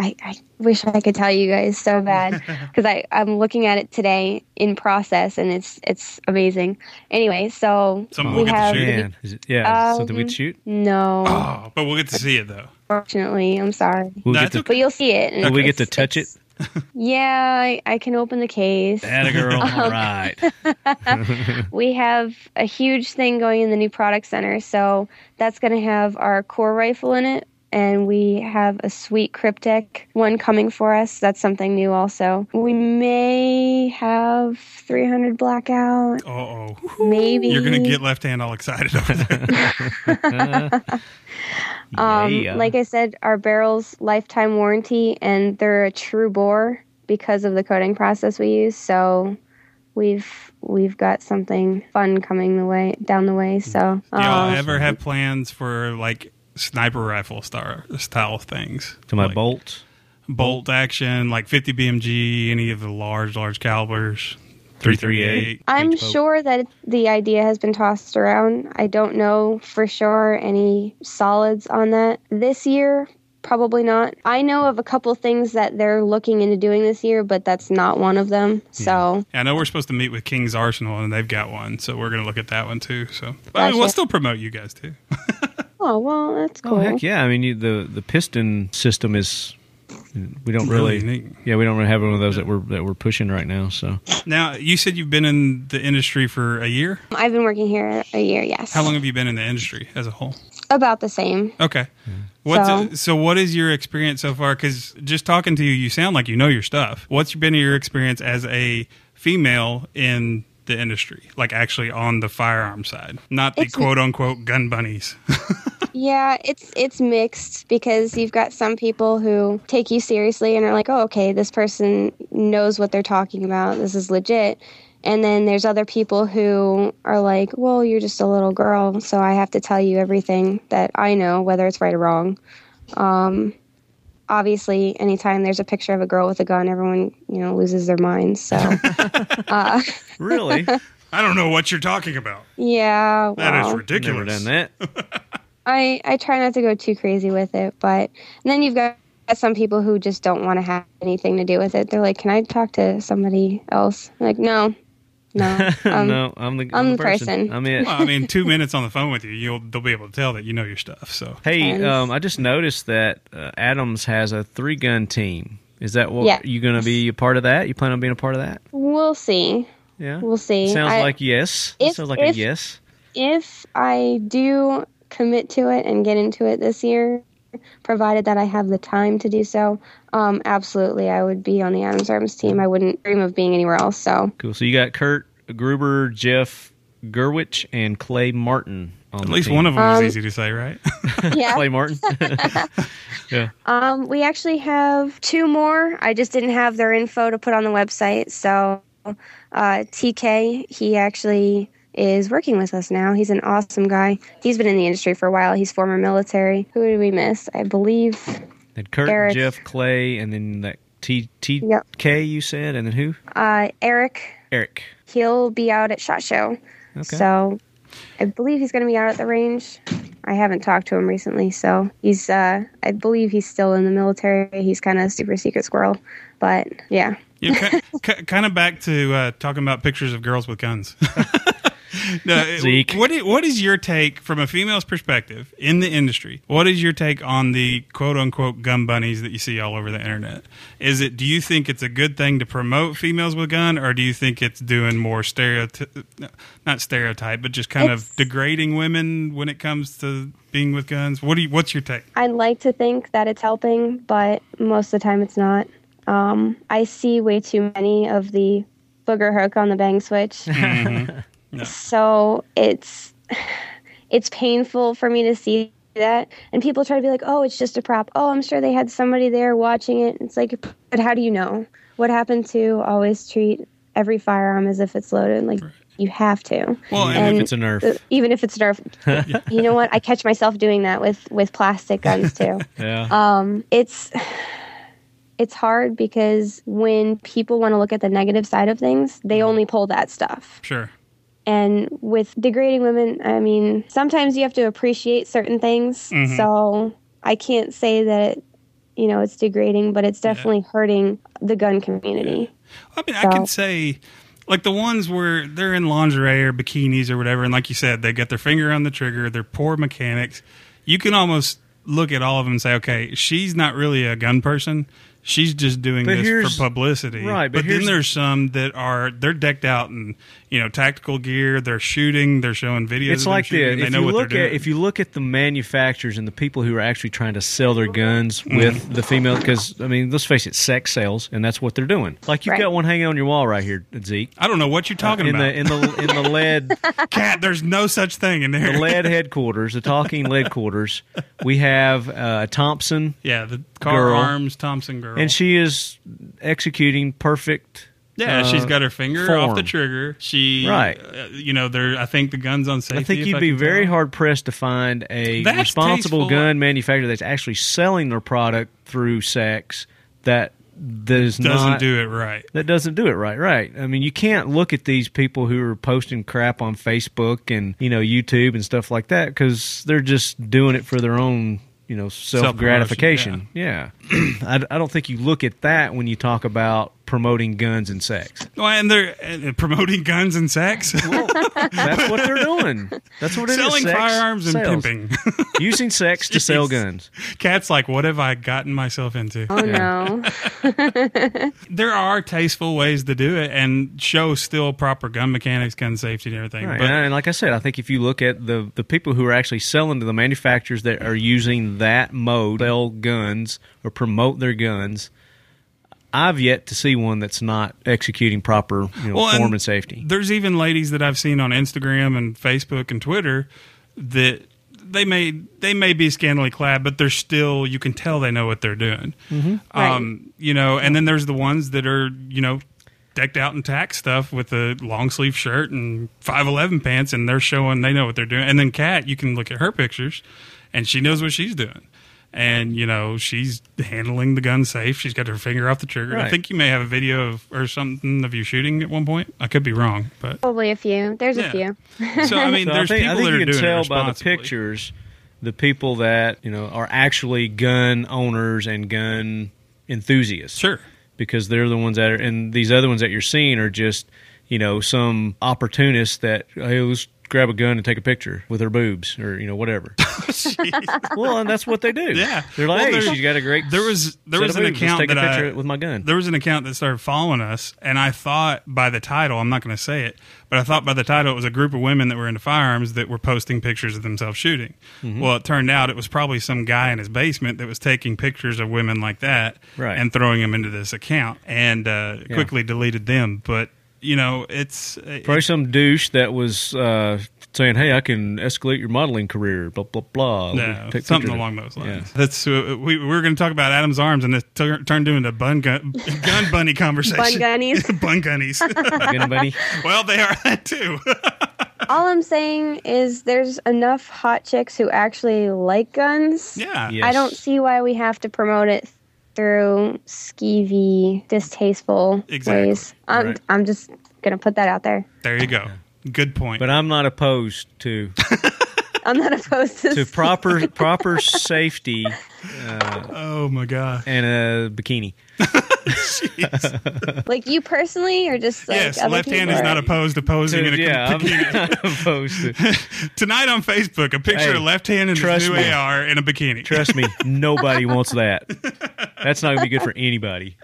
I, I wish I could tell you guys so bad because I I'm looking at it today in process and it's it's amazing. Anyway, so
Something
we
we'll get to
have
shoot.
Man, is it, yeah, is it something
Um,
we'd shoot.
no,
Oh, but we'll get to see it though.
fortunately, I'm sorry,
We'll
No,
get
it's
to-
okay.
but you'll see it. and
Will we get
it's-
to touch it?
it's- Yeah, I, I can open the case.
Atta girl,
Um,
all right.
we have a huge thing going in the new product center. So that's going to have our core rifle in it. And we have a sweet cryptic one coming for us. That's something new, also. We may have 300 blackout,
Uh oh.
maybe.
You're going to get left hand all excited over there.
Um,
Yeah.
Like I said, our barrels lifetime warranty, and they're a true bore because of the coating process we use. So we've we've got something fun coming the way down the way. So
Do y'all
um,
ever have plans for like sniper rifle star style things?
to my
Like
bolt.
bolt action, like 50 BMG, any of the large, large calibers, 338.
I'm
Beach boat.
sure that the idea has been tossed around. I don't know for sure any solids on that. This year, probably not. I know of a couple things that they're looking into doing this year, but that's not one of them.
Hmm.
So,
I know we're supposed to meet with King's Arsenal and they've got one, so we're going to look at that one too. So but I mean,
Gotcha.
we'll still promote you guys too.
oh, well, that's
Oh
cool.
heck yeah! I mean, you, the the piston system is we don't
Really
really,
neat.
yeah we don't really have one of those that we're that we're pushing right now. So
Now, you said you've been in the industry for a year.
I've been working here a year, yes.
How long have you been in the industry as a whole?
About the same.
Okay. What's
So-
so, what is your experience so far? Because just talking to you, you sound like you know your stuff. What's been your experience as a female in the industry, like actually on the firearm side, not the
It's-
quote unquote gun bunnies?
Yeah, it's it's mixed because you've got some people who take you seriously and are like, "Oh, okay, this person knows what they're talking about. This is legit." And then there's other people who are like, "Well, you're just a little girl, so I have to tell you everything that I know, whether it's right or wrong." Um, obviously, anytime there's a picture of a girl with a gun, everyone you know loses their minds. So, uh,
really,
I don't know what you're talking about.
yeah,
That is
well.
never
ridiculous.
done that.
I I try not to go too crazy with it, but and then you've got some people who just don't want to have anything to do with it. They're like, "Can I talk to somebody else?" I'm like, no, no, um,
no, I'm the
I'm the person.
I'm it.
Well, I mean, two minutes on the phone with you, you'll they'll be able to tell that you know your stuff. So
Hey,
Depends.
um, I just noticed that uh, Adams has a three gun team. Is that what
Yeah.
you going to be a part of that? You plan on being a part of that?
We'll see.
Yeah,
We'll see.
Sounds
I-
like yes.
if-
sounds like a
if-
yes.
If I do commit to it and get into it this year, provided that I have the time to do so, um, absolutely, I would be on the Adams Arms team. I wouldn't dream of being anywhere else. So
Cool. So you got Kurt Gruber, Jeff Gerwich, and Clay Martin. On
at least one of them
Um,
was easy to say, right?
yeah,
Clay Martin. yeah.
Um, we actually have two more. I just didn't have their info to put on the website. So, uh, TK, he actually is working with us now. He's an awesome guy. He's been in the industry for a while. He's former military. Who did we miss? I believe
And Kurt,
Eric.
Jeff, Clay, and then that T T K
Yep.
you said, and then who?
uh, Eric.
Eric.
He'll be out at Shot Show.
Okay.
So, I believe he's going to be out at the range. I haven't talked to him recently, so he's. Uh, I believe he's still in the military. He's kind of super secret squirrel, but yeah.
Yeah, ki- ki- kind of back to uh, talking about pictures of girls with guns. no, it-
Zeke.
What is, what is your take from a female's perspective in the industry? What is your take on the quote unquote gun bunnies that you see all over the internet? Is it do you think it's a good thing to promote females with gun, or do you think it's doing more stereotype, not stereotype, but just kind
It's-
of degrading women when it comes to being with guns? What do you? What's your take?
I'd like to think that it's helping, but most of the time it's not. Um, I see way too many of the booger hook on the bang switch. So it's it's painful for me to see that and people try to be like oh it's just a prop oh i'm sure they had somebody there watching it it's like but how do you know what happened to always treat every firearm as if it's loaded like you have to
Well, and if
if it's a nerf.
uh, even if it's nerf you know what i catch myself doing that with with plastic guns too
yeah.
um, it's it's hard because when people want to look at the negative side of things they
Mm-hmm.
only pull that stuff
Sure.
and with degrading women i mean sometimes you have to appreciate certain things
Mm-hmm.
so i can't say that you know it's degrading but it's definitely hurting the gun community
I mean, I can
So-
say like the ones where they're in lingerie or bikinis or whatever, and like you said, they got their finger on the trigger. They're poor mechanics. You can almost look at all of them and say, okay, she's not really a gun person. She's just doing
But
this
here's-
for publicity.
right, but
then
here's-
there's some that are they're decked out in you know tactical gear. They're shooting. They're showing videos.
it's
of them
like the
shooting, They
if
know
you
what
look
they're
at
doing.
if you look at the manufacturers and the people who are actually trying to sell their guns
Mm-hmm.
with the female because I mean let's face it sex sells and that's what they're doing like you've
Right.
got one hanging on your wall right here Zeke
I don't know what you're talking
Uh, in
about.
the in the in the lead
Cat, there's no such thing in there.
the lead headquarters the talking lead quarters we have uh, Thompson
yeah, the car
Girl.
arms Thompson girl.
and she is executing perfect
Yeah,
uh,
she's got her finger off the
form.
trigger. She,
Right.
uh, you know, there. I think the gun's on safety.
I think
if
you'd be
can
very
tell.
hard pressed to find a
That's
responsible
tasteful.
gun manufacturer that's actually selling their product through sex that does
Doesn't
not,
do it right.
that doesn't do it right. Right. I mean, you can't look at these people who are posting crap on Facebook and you know YouTube and stuff like that because they're just doing it for their own you know self gratification. Yeah. I, I don't think you look at that when you talk about promoting guns and sex.
Well, and they're uh, promoting guns and sex,
That's what they're doing. That's what it is.
selling
Sex
firearms and
sells.
pimping.
using sex to sell
Jeez.
guns.
Cat's like, what have I gotten myself into?
oh no
There are tasteful ways to do it and show still proper gun mechanics, gun safety, and everything.
Right.
But
and, and like I said, I think if you look at the, the people who are actually selling to the manufacturers that are using that mode, sell guns or promote their guns, I've yet to see one that's not executing proper you know,
Well,
form and safety.
There's even ladies that I've seen on Instagram and Facebook and Twitter that they may they may be scantily clad, but they're still you can tell they know what they're doing.
Mm-hmm.
Um, You know, and then there's the ones that are you know decked out in tack stuff with a long sleeve shirt and five eleven pants, and they're showing they know what they're doing. And then Kat, you can look at her pictures, and she knows what she's doing. And you know she's handling the gun safe. She's got her finger off the trigger. I
Right.
think you may have a video of or something of you shooting at one point. I could be wrong, but
probably a few there's
Yeah.
a few
so I mean,
So
there's
I think,
people
I
that
think
are
you can
doing
tell
it
by the
responsibly.
pictures the people that you know are actually gun owners and gun enthusiasts.
Sure,
because they're the ones that are, and these other ones that you're seeing are just, you know, some opportunist that, hey, let's grab a gun and take a picture with her boobs or, you know, whatever. well, and that's what they do.
Yeah.
They're like,
Well,
hey,
there-
she's got a great.
there was there
set
was
of
an
boobs.
account
let's take
that
a picture
I
with my gun.
There was an account that started following us, and I thought by the title, I'm not going to say it, but I thought by the title it was a group of women that were into firearms that were posting pictures of themselves shooting.
Mm-hmm.
Well, it turned out it was probably some guy in his basement that was taking pictures of women like that
Right.
and throwing them into this account, and uh, quickly deleted them. But you know, it's
Probably some douche that was uh, saying, hey, I can escalate your modeling career, blah, blah, blah. Let me
Yeah,
take
something
pictures.
along those lines.
Yeah.
That's uh, we, we were going to talk about Adam's arms, and it tur- turned into a bun gun, gun bunny conversation.
Bun gunnies.
bun gunnies.
Gun bunny.
well, they are that too.
all i'm saying is there's enough hot chicks who actually like guns
yeah.
Yeah.
I don't
Yes.
see why we have to promote it through skeevy, distasteful
Exactly.
ways. I'm,
Right.
I'm just going to put that out there.
There you go. Good point.
But uh, I'm not opposed to
I'm not opposed to,
to
to
proper proper safety
oh my god.
and a bikini.
like you personally or just like
yes,
other
left hand is
people?
not opposed to posing in a
yeah, I'm
bikini.
not opposed to.
Tonight on Facebook, a picture
Hey,
of left hand and his
trust
new
me.
AR in a bikini.
Trust me, nobody wants that. That's not going to be good for anybody.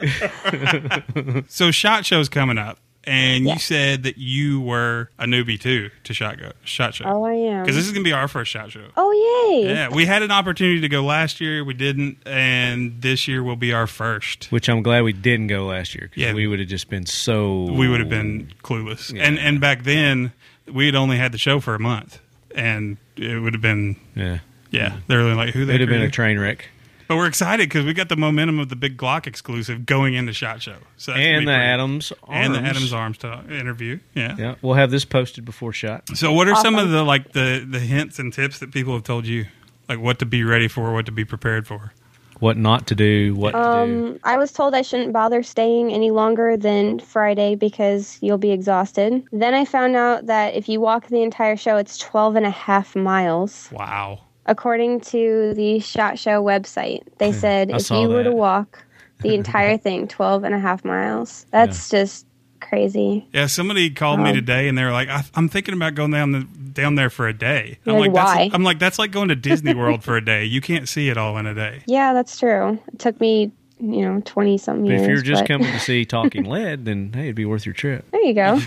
So shot show's coming up, and you said that you were a newbie too to shot go, shot show.
Oh, I am.
Because this is gonna be our first shot show.
Oh, yay.
Yeah, we had an opportunity to go last year. We didn't, and this year will be our first.
Which I'm glad we didn't go last year because
Yeah.
we would have just been so.
We would have been clueless, and and back then we had only had the show for a month, and it would have been
Yeah.
Yeah, they're really like who they
It'd have been a train wreck.
But we're excited because we got the momentum of the big Glock exclusive going into Shot Show. So that's gonna be
And the
great.
Adams Arms.
and the Adams Arms to interview. Yeah.
Yeah, we'll have this posted before shot.
So what are some of
Awesome.
the like the the hints and tips that people have told you, like what to be ready for, what to be prepared for?
What not to do, what to do.
Um, I was told I shouldn't bother staying any longer than Friday because you'll be exhausted. Then I found out that if you walk the entire show, it's 12 and a half miles.
Wow.
According to the SHOT Show website, they said
Hmm. I
if
saw
you were to
that.
walk the entire thing 12 and a half miles, that's just crazy.
Yeah, somebody called me today and they were like, I, "I'm thinking about going down the down there for a day." I'm
Like, why?
That's, I'm like, that's like going to Disney World for a day. You can't see it all in a day.
Yeah, that's true. It took me, you know, 20 something
But
years.
if you're just
but-
coming to see Talking Lead, then hey, it'd be worth your trip.
There you go.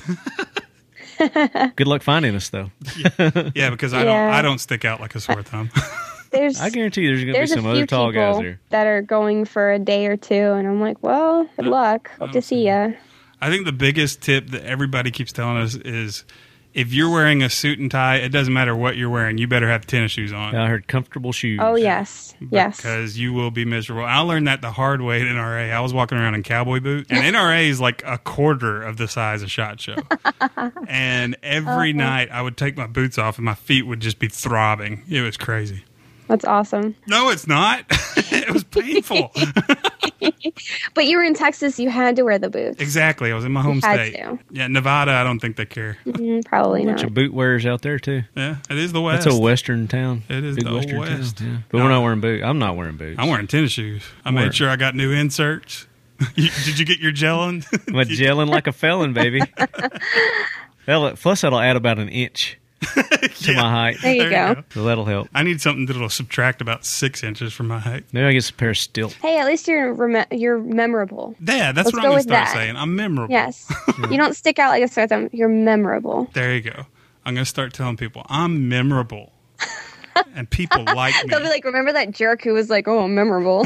Good luck finding us, though.
Yeah, because I don't
Yeah.
I don't stick out like a sore thumb.
There's
I guarantee you there's going to be
there's a
some other
few
tall guys
people
there.
that are going for a day or two, and I'm like, well, good luck. Hope to see ya.
I think the biggest tip that everybody keeps telling us is if you're wearing a suit and tie, it doesn't matter what you're wearing. You better have tennis shoes on.
I heard comfortable shoes.
Oh yes, yes.
Because you will be miserable. I learned that the hard way at NRA. I was walking around in cowboy boots, and NRA is like a quarter of the size of Shot Show. and
Uh-huh.
every night I would take my boots off, and my feet would just be throbbing. It was crazy.
That's awesome.
No, it's not. it was painful.
But you were in Texas. You had to wear the boots.
exactly. I was in my home
had
state.
to.
Yeah, Nevada. I don't think they care.
Mm, Probably
Bunch
not.
of boot wearers out there too.
Yeah, it is the West.
That's a western town.
It is
Big
the
western town,
West.
yeah. But
No.
we're not wearing boots. I'm not wearing boots.
I'm wearing tennis shoes. I
Where?
made sure I got new inserts. You- Did you get your gel in?
I'm gelling like a felon, baby. That'll- Plus, that'll add about an inch to my
There
height,
you go.
so that'll help.
I need something that'll subtract about six inches from my height.
Maybe I get some pair of stilts.
Hey, at least you're rem- you're memorable.
Yeah, that's what
Let's go
I'm going to
with
start
that.
saying. I'm memorable.
Yes, you don't stick out like a sore thumb. You're memorable.
There you go. I'm going to start telling people I'm memorable. and people like me.
They'll be like, remember that jerk who was like, oh, I'm memorable.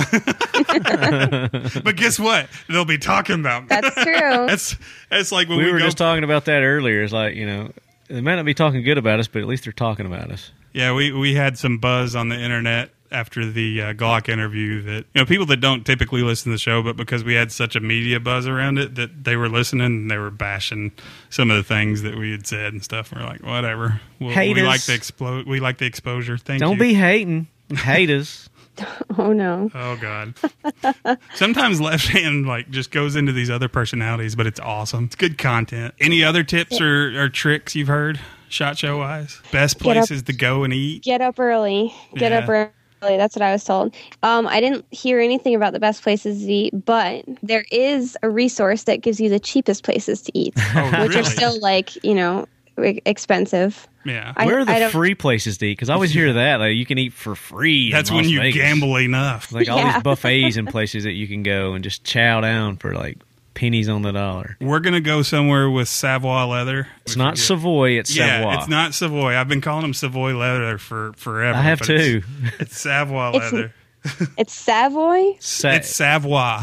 but guess what? They'll be talking about me.
That's true.
That's, that's like when we,
We were
go.
just talking about that earlier. It's like you know, they might not be talking good about us, but at least they're talking about us.
yeah, we, we had some buzz on the internet after the uh, Glock interview that, you know, people that don't typically listen to the show, but because we had such a media buzz around it that they were listening and they were bashing some of the things that we had said and stuff. And we're like, whatever. We'll, we
Haters.
like the explo- We like the exposure. Thank you.
Don't be hating, hate us.
oh no.
Oh God! Sometimes left hand like just goes into these other personalities, but it's awesome. It's good content. Any other tips or, or tricks you've heard? Shot show wise, best
up.
places to go and eat.
get up early. Get
Yeah.
up early. That's what I was told. Um, I didn't hear anything about the best places to eat, but there is a resource that gives you the cheapest places to eat,
Oh,
which
really?
are still like you know e- expensive.
yeah.
I-
Where are the
I don't-
free places to eat? Because I always hear that like you can eat for free. in
That's when
Las
you
Vegas.
gamble enough.
Like all
Yeah.
these buffets and places that you can go and just chow down for like pennies on the dollar.
We're gonna go somewhere with Savoy leather.
It's not Savoy, it's
Yeah,
Savoy.
it's not Savoy. I've been calling them Savoy leather for forever.
I have
but it's-
too.
It's, Savoy
It's-
leather.
It's Savoy,
Sa-
it's Savoy.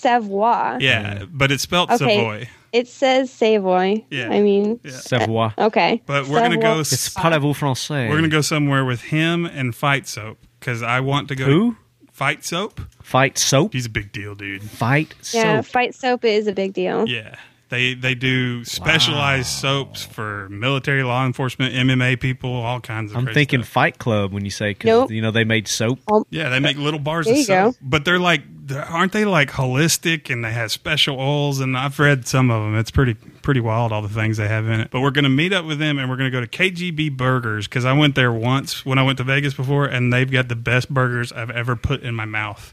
Savoy.
Yeah, but it's spelled
Okay.
Savoy.
It says Savoy.
Yeah.
I mean,
Yeah.
Savoy.
okay.
But we're gonna go.
Savoy.
It's parlez-vous français.
We're gonna go somewhere with him and Fight Soap because I want to go.
Who?
Fight Soap.
Fight soap.
He's a big deal, dude.
Fight
Yeah,
soap.
fight soap is a big deal.
Yeah, they they do specialized soaps for military, law enforcement, MMA people, all kinds of.
I'm
crazy
thinking
stuff.
Fight Club when you say because
Nope.
you know they made soap.
Yeah, they make little bars
There
of
you go.
soap, but they're like, they're- aren't they like holistic and they have special oils? And I've read some of them. It's pretty pretty wild all the things they have in it. But we're gonna meet up with them and we're gonna go to KGB Burgers because I went there once when I went to Vegas before, and they've got the best burgers I've ever put in my mouth.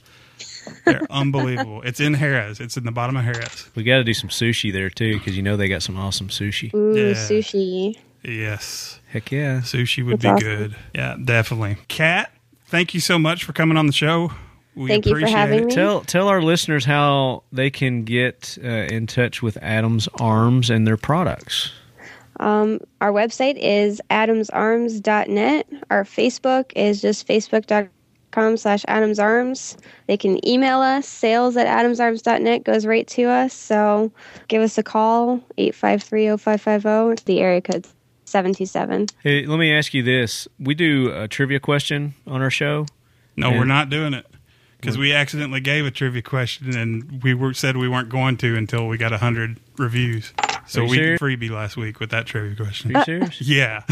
They're unbelievable. It's in Harris. It's in the bottom of Harris.
We got to do some sushi there too because you know they got some awesome sushi.
Ooh,
Yeah.
sushi.
Yes.
Heck yeah.
Sushi would
That's
be
awesome.
good. Yeah, definitely. Kat, thank you so much for coming on the show. We
Thank you for
appreciate
having
it.
me.
Tell tell our listeners how they can get uh, in touch with Adams Arms and their products.
Um, our website is adamsarms.net. Our Facebook is just facebook.com slash adamsarms. They can email us. Sales at adamsarms.net goes right oh to us. So give us a call, 853-0550. The area code's 727.
Hey, let me ask you this: We do a trivia question on our show.
No,
Yeah.
we're not doing it because we accidentally gave a trivia question and we were, said we weren't going to until we got hundred reviews.
Are
So
you
we
serious?
did freebie last week with that trivia question. Uh,
Are you serious?
Yeah.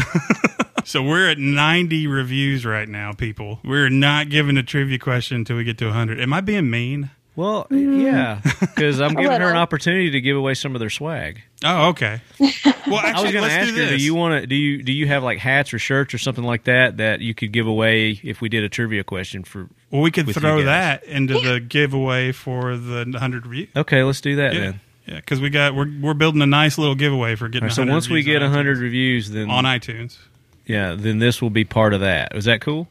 so we're at 90 reviews right now, people. We're not giving a trivia question until we get to 100. Am I being mean?
Well, yeah, because I'm giving her an
little.
opportunity to give away some of their swag.
Oh, okay. Well, actually,
I was going to
let's
ask
do
her,
this.
do you want to do you do you have like hats or shirts or something like that that you could give away if we did a trivia question for?
well, we could
with you
throw
guys?
that into the giveaway for the 100 reviews.
Okay, let's do that
Yeah.
then.
Yeah, because we got we're we're building a nice little giveaway for
All
getting.
right, so
100
once we
reviews
get
on
100
iTunes.
reviews, then
on iTunes,
yeah, then this will be part of that. Is that cool?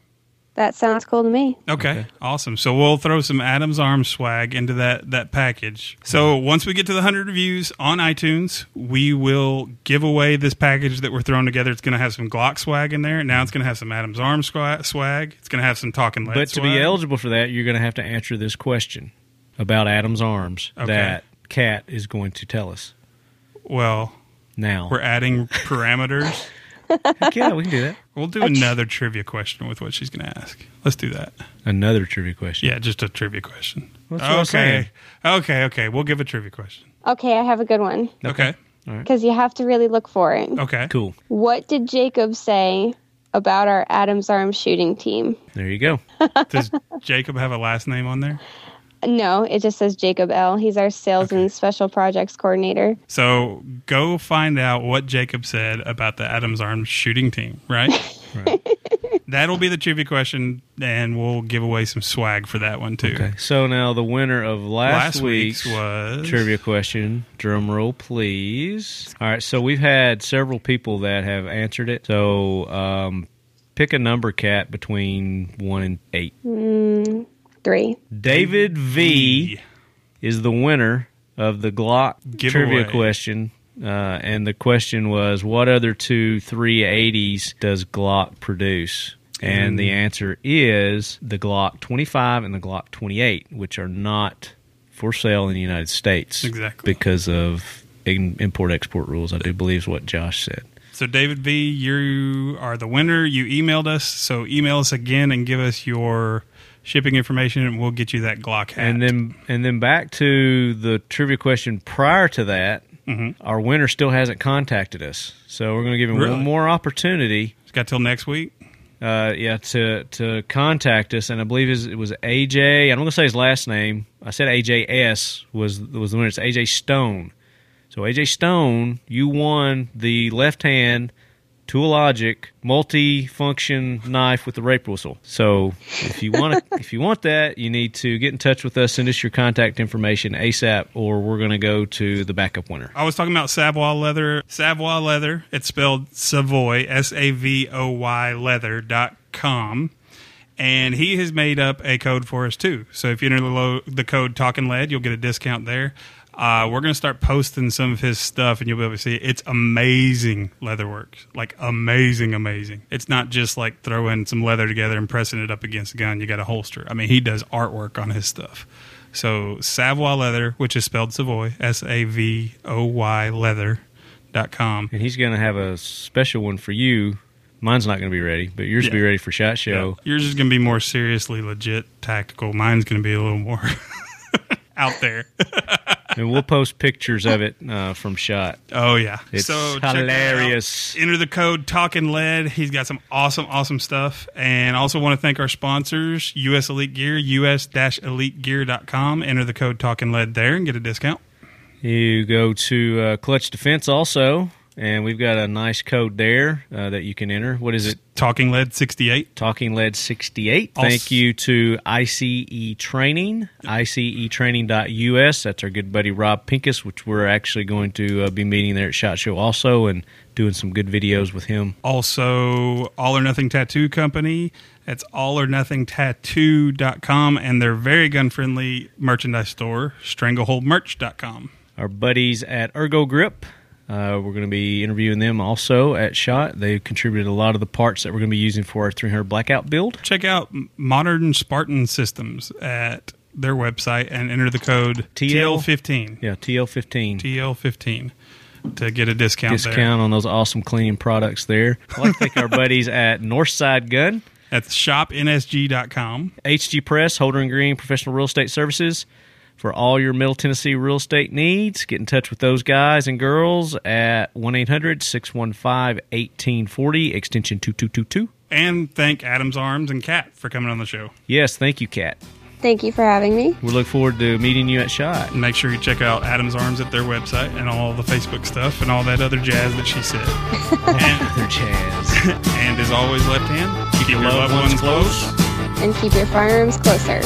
That sounds cool to me.
Okay.
Okay.
Awesome. So we'll throw some Adam's Arm swag into that that package. So once we get to the 100 reviews on iTunes, we will give away this package that we're throwing together. It's going to have some Glock swag in there. Now it's going to have some Adam's Arm squa- swag. It's going to have some Talking Lead
But to be
swag.
eligible for that, you're going to have to answer this question about Adam's arms
Okay.
that Kat is going to tell us
Well,
now.
we're adding parameters.
Heck yeah, we can do that.
We'll do another trivia question with what she's going to ask. Let's do that.
Another trivia question.
Yeah, just a trivia question.
That's what I'm saying.
okay. okay, okay. We'll give a trivia question.
Okay, I have a good one
Okay.
because you have to really look for it.
Okay.
Cool.
What did Jacob say about our Adams Arms shooting team?
There you go.
Does Jacob have a last name on there?
No, it just says Jacob L. He's our sales and special projects coordinator.
So go find out what Jacob said about the Adams Arms shooting team, right? That'll be the trivia question, and we'll give away some swag for that one too.
Okay. So now the winner of last,
Last week's was
trivia question. Drum roll, please. All right. So we've had several people that have answered it. So um, pick a number, Cat, between one and eight.
Three.
David
E.
V is the winner of the Glock
Giveaway.
trivia question. Uh, and the question was, what other two 380s does Glock produce? And
Mm.
the answer is the Glock 25 and the Glock 28, which are not for sale in the United States.
Exactly.
Because of import export rules, I do believe is what Josh said.
So David V, you are the winner. You emailed us, so email us again and give us your shipping information, and we'll get you that Glock hat.
And then and then back to the trivia question prior to that,
Mm-hmm.
our winner still hasn't contacted us. So we're going to give him
Really?
one more opportunity.
it's got till next week.
Uh, yeah, to to contact us, and I believe his- it was AJ. I'm going to say his last name. I said AJS was was the winner. It's AJ Stone. So AJ Stone, you won the left hand Toologic multi-function knife with the rape whistle. So if you want to, if you want that, you need to get in touch with us. Send us your contact information ASAP, or we're going to go to the backup winner.
I was talking about Savoy leather. Savoy leather. It's spelled Savoy, S A V O Y leather dot com. And he has made up a code for us too. So if you enter the, lo- the code Talking Lead, you'll get a discount there. Uh, we're going to start posting some of his stuff, and you'll be able to see it. It's amazing leatherwork, like amazing, amazing. It's not just like throwing some leather together and pressing it up against a gun. You got a holster. I mean, he does artwork on his stuff. So Savoy Leather, which is spelled Savoy, S A V O Y leather dot com.
And he's going to have a special one for you. Mine's not going to be ready, but yours will be
Yeah.
ready for Shot Show.
Yours is going to be more seriously legit tactical. Mine's going to be a little more out there.
and we'll post pictures of it uh, from shot.
Oh yeah,
It's
check that out.
hilarious.
Enter the code Talking Lead. He's got some awesome, awesome stuff. And also want to thank our sponsors, US Elite Gear, us-elitegear.com. Enter the code Talking Lead there and get a discount.
You go to uh, Clutch Defense also, and we've got a nice code there uh, that you can enter. What is it?
Talking Lead 68.
Talking Lead 68.
Also-
Thank you to ICE Training, E ICEtraining.us. That's our good buddy Rob Pinkus, which we're actually going to uh, be meeting there at SHOT Show also and doing some good videos with him.
Also, All or Nothing Tattoo Company. That's allornothingtattoo.com and their very gun friendly merchandise store, strangleholdmerch.com.
our buddies at Ergo Grip. Uh, we're going to be interviewing them also at Shot. They contributed a lot of the parts that we're going to be using for our 300 blackout build.
Check out M- Modern Spartan Systems at their website and enter the code
TL?
TL15.
Yeah, TL15.
TL15. to get a discount.
discount
there.
on those awesome cleaning products there. I'd like to thank our buddies at Northside Gun,
at shopnsg.com.
HG Press, Holder and Green Professional Real Estate Services for all your Middle Tennessee real estate needs. Get in touch with those guys and girls at 1 800 615 1840, extension 2222.
And thank Adam's Arms and Kat for coming on the show.
Yes, thank you, Kat.
Thank you for having me.
We look forward to meeting you at SHOT.
Make sure you check out Adam's Arms at their website and all the Facebook stuff and all that other jazz that she said. and,
Other jazz.
and as always, left hand, keep, your loved ones close.
And keep your firearms closer.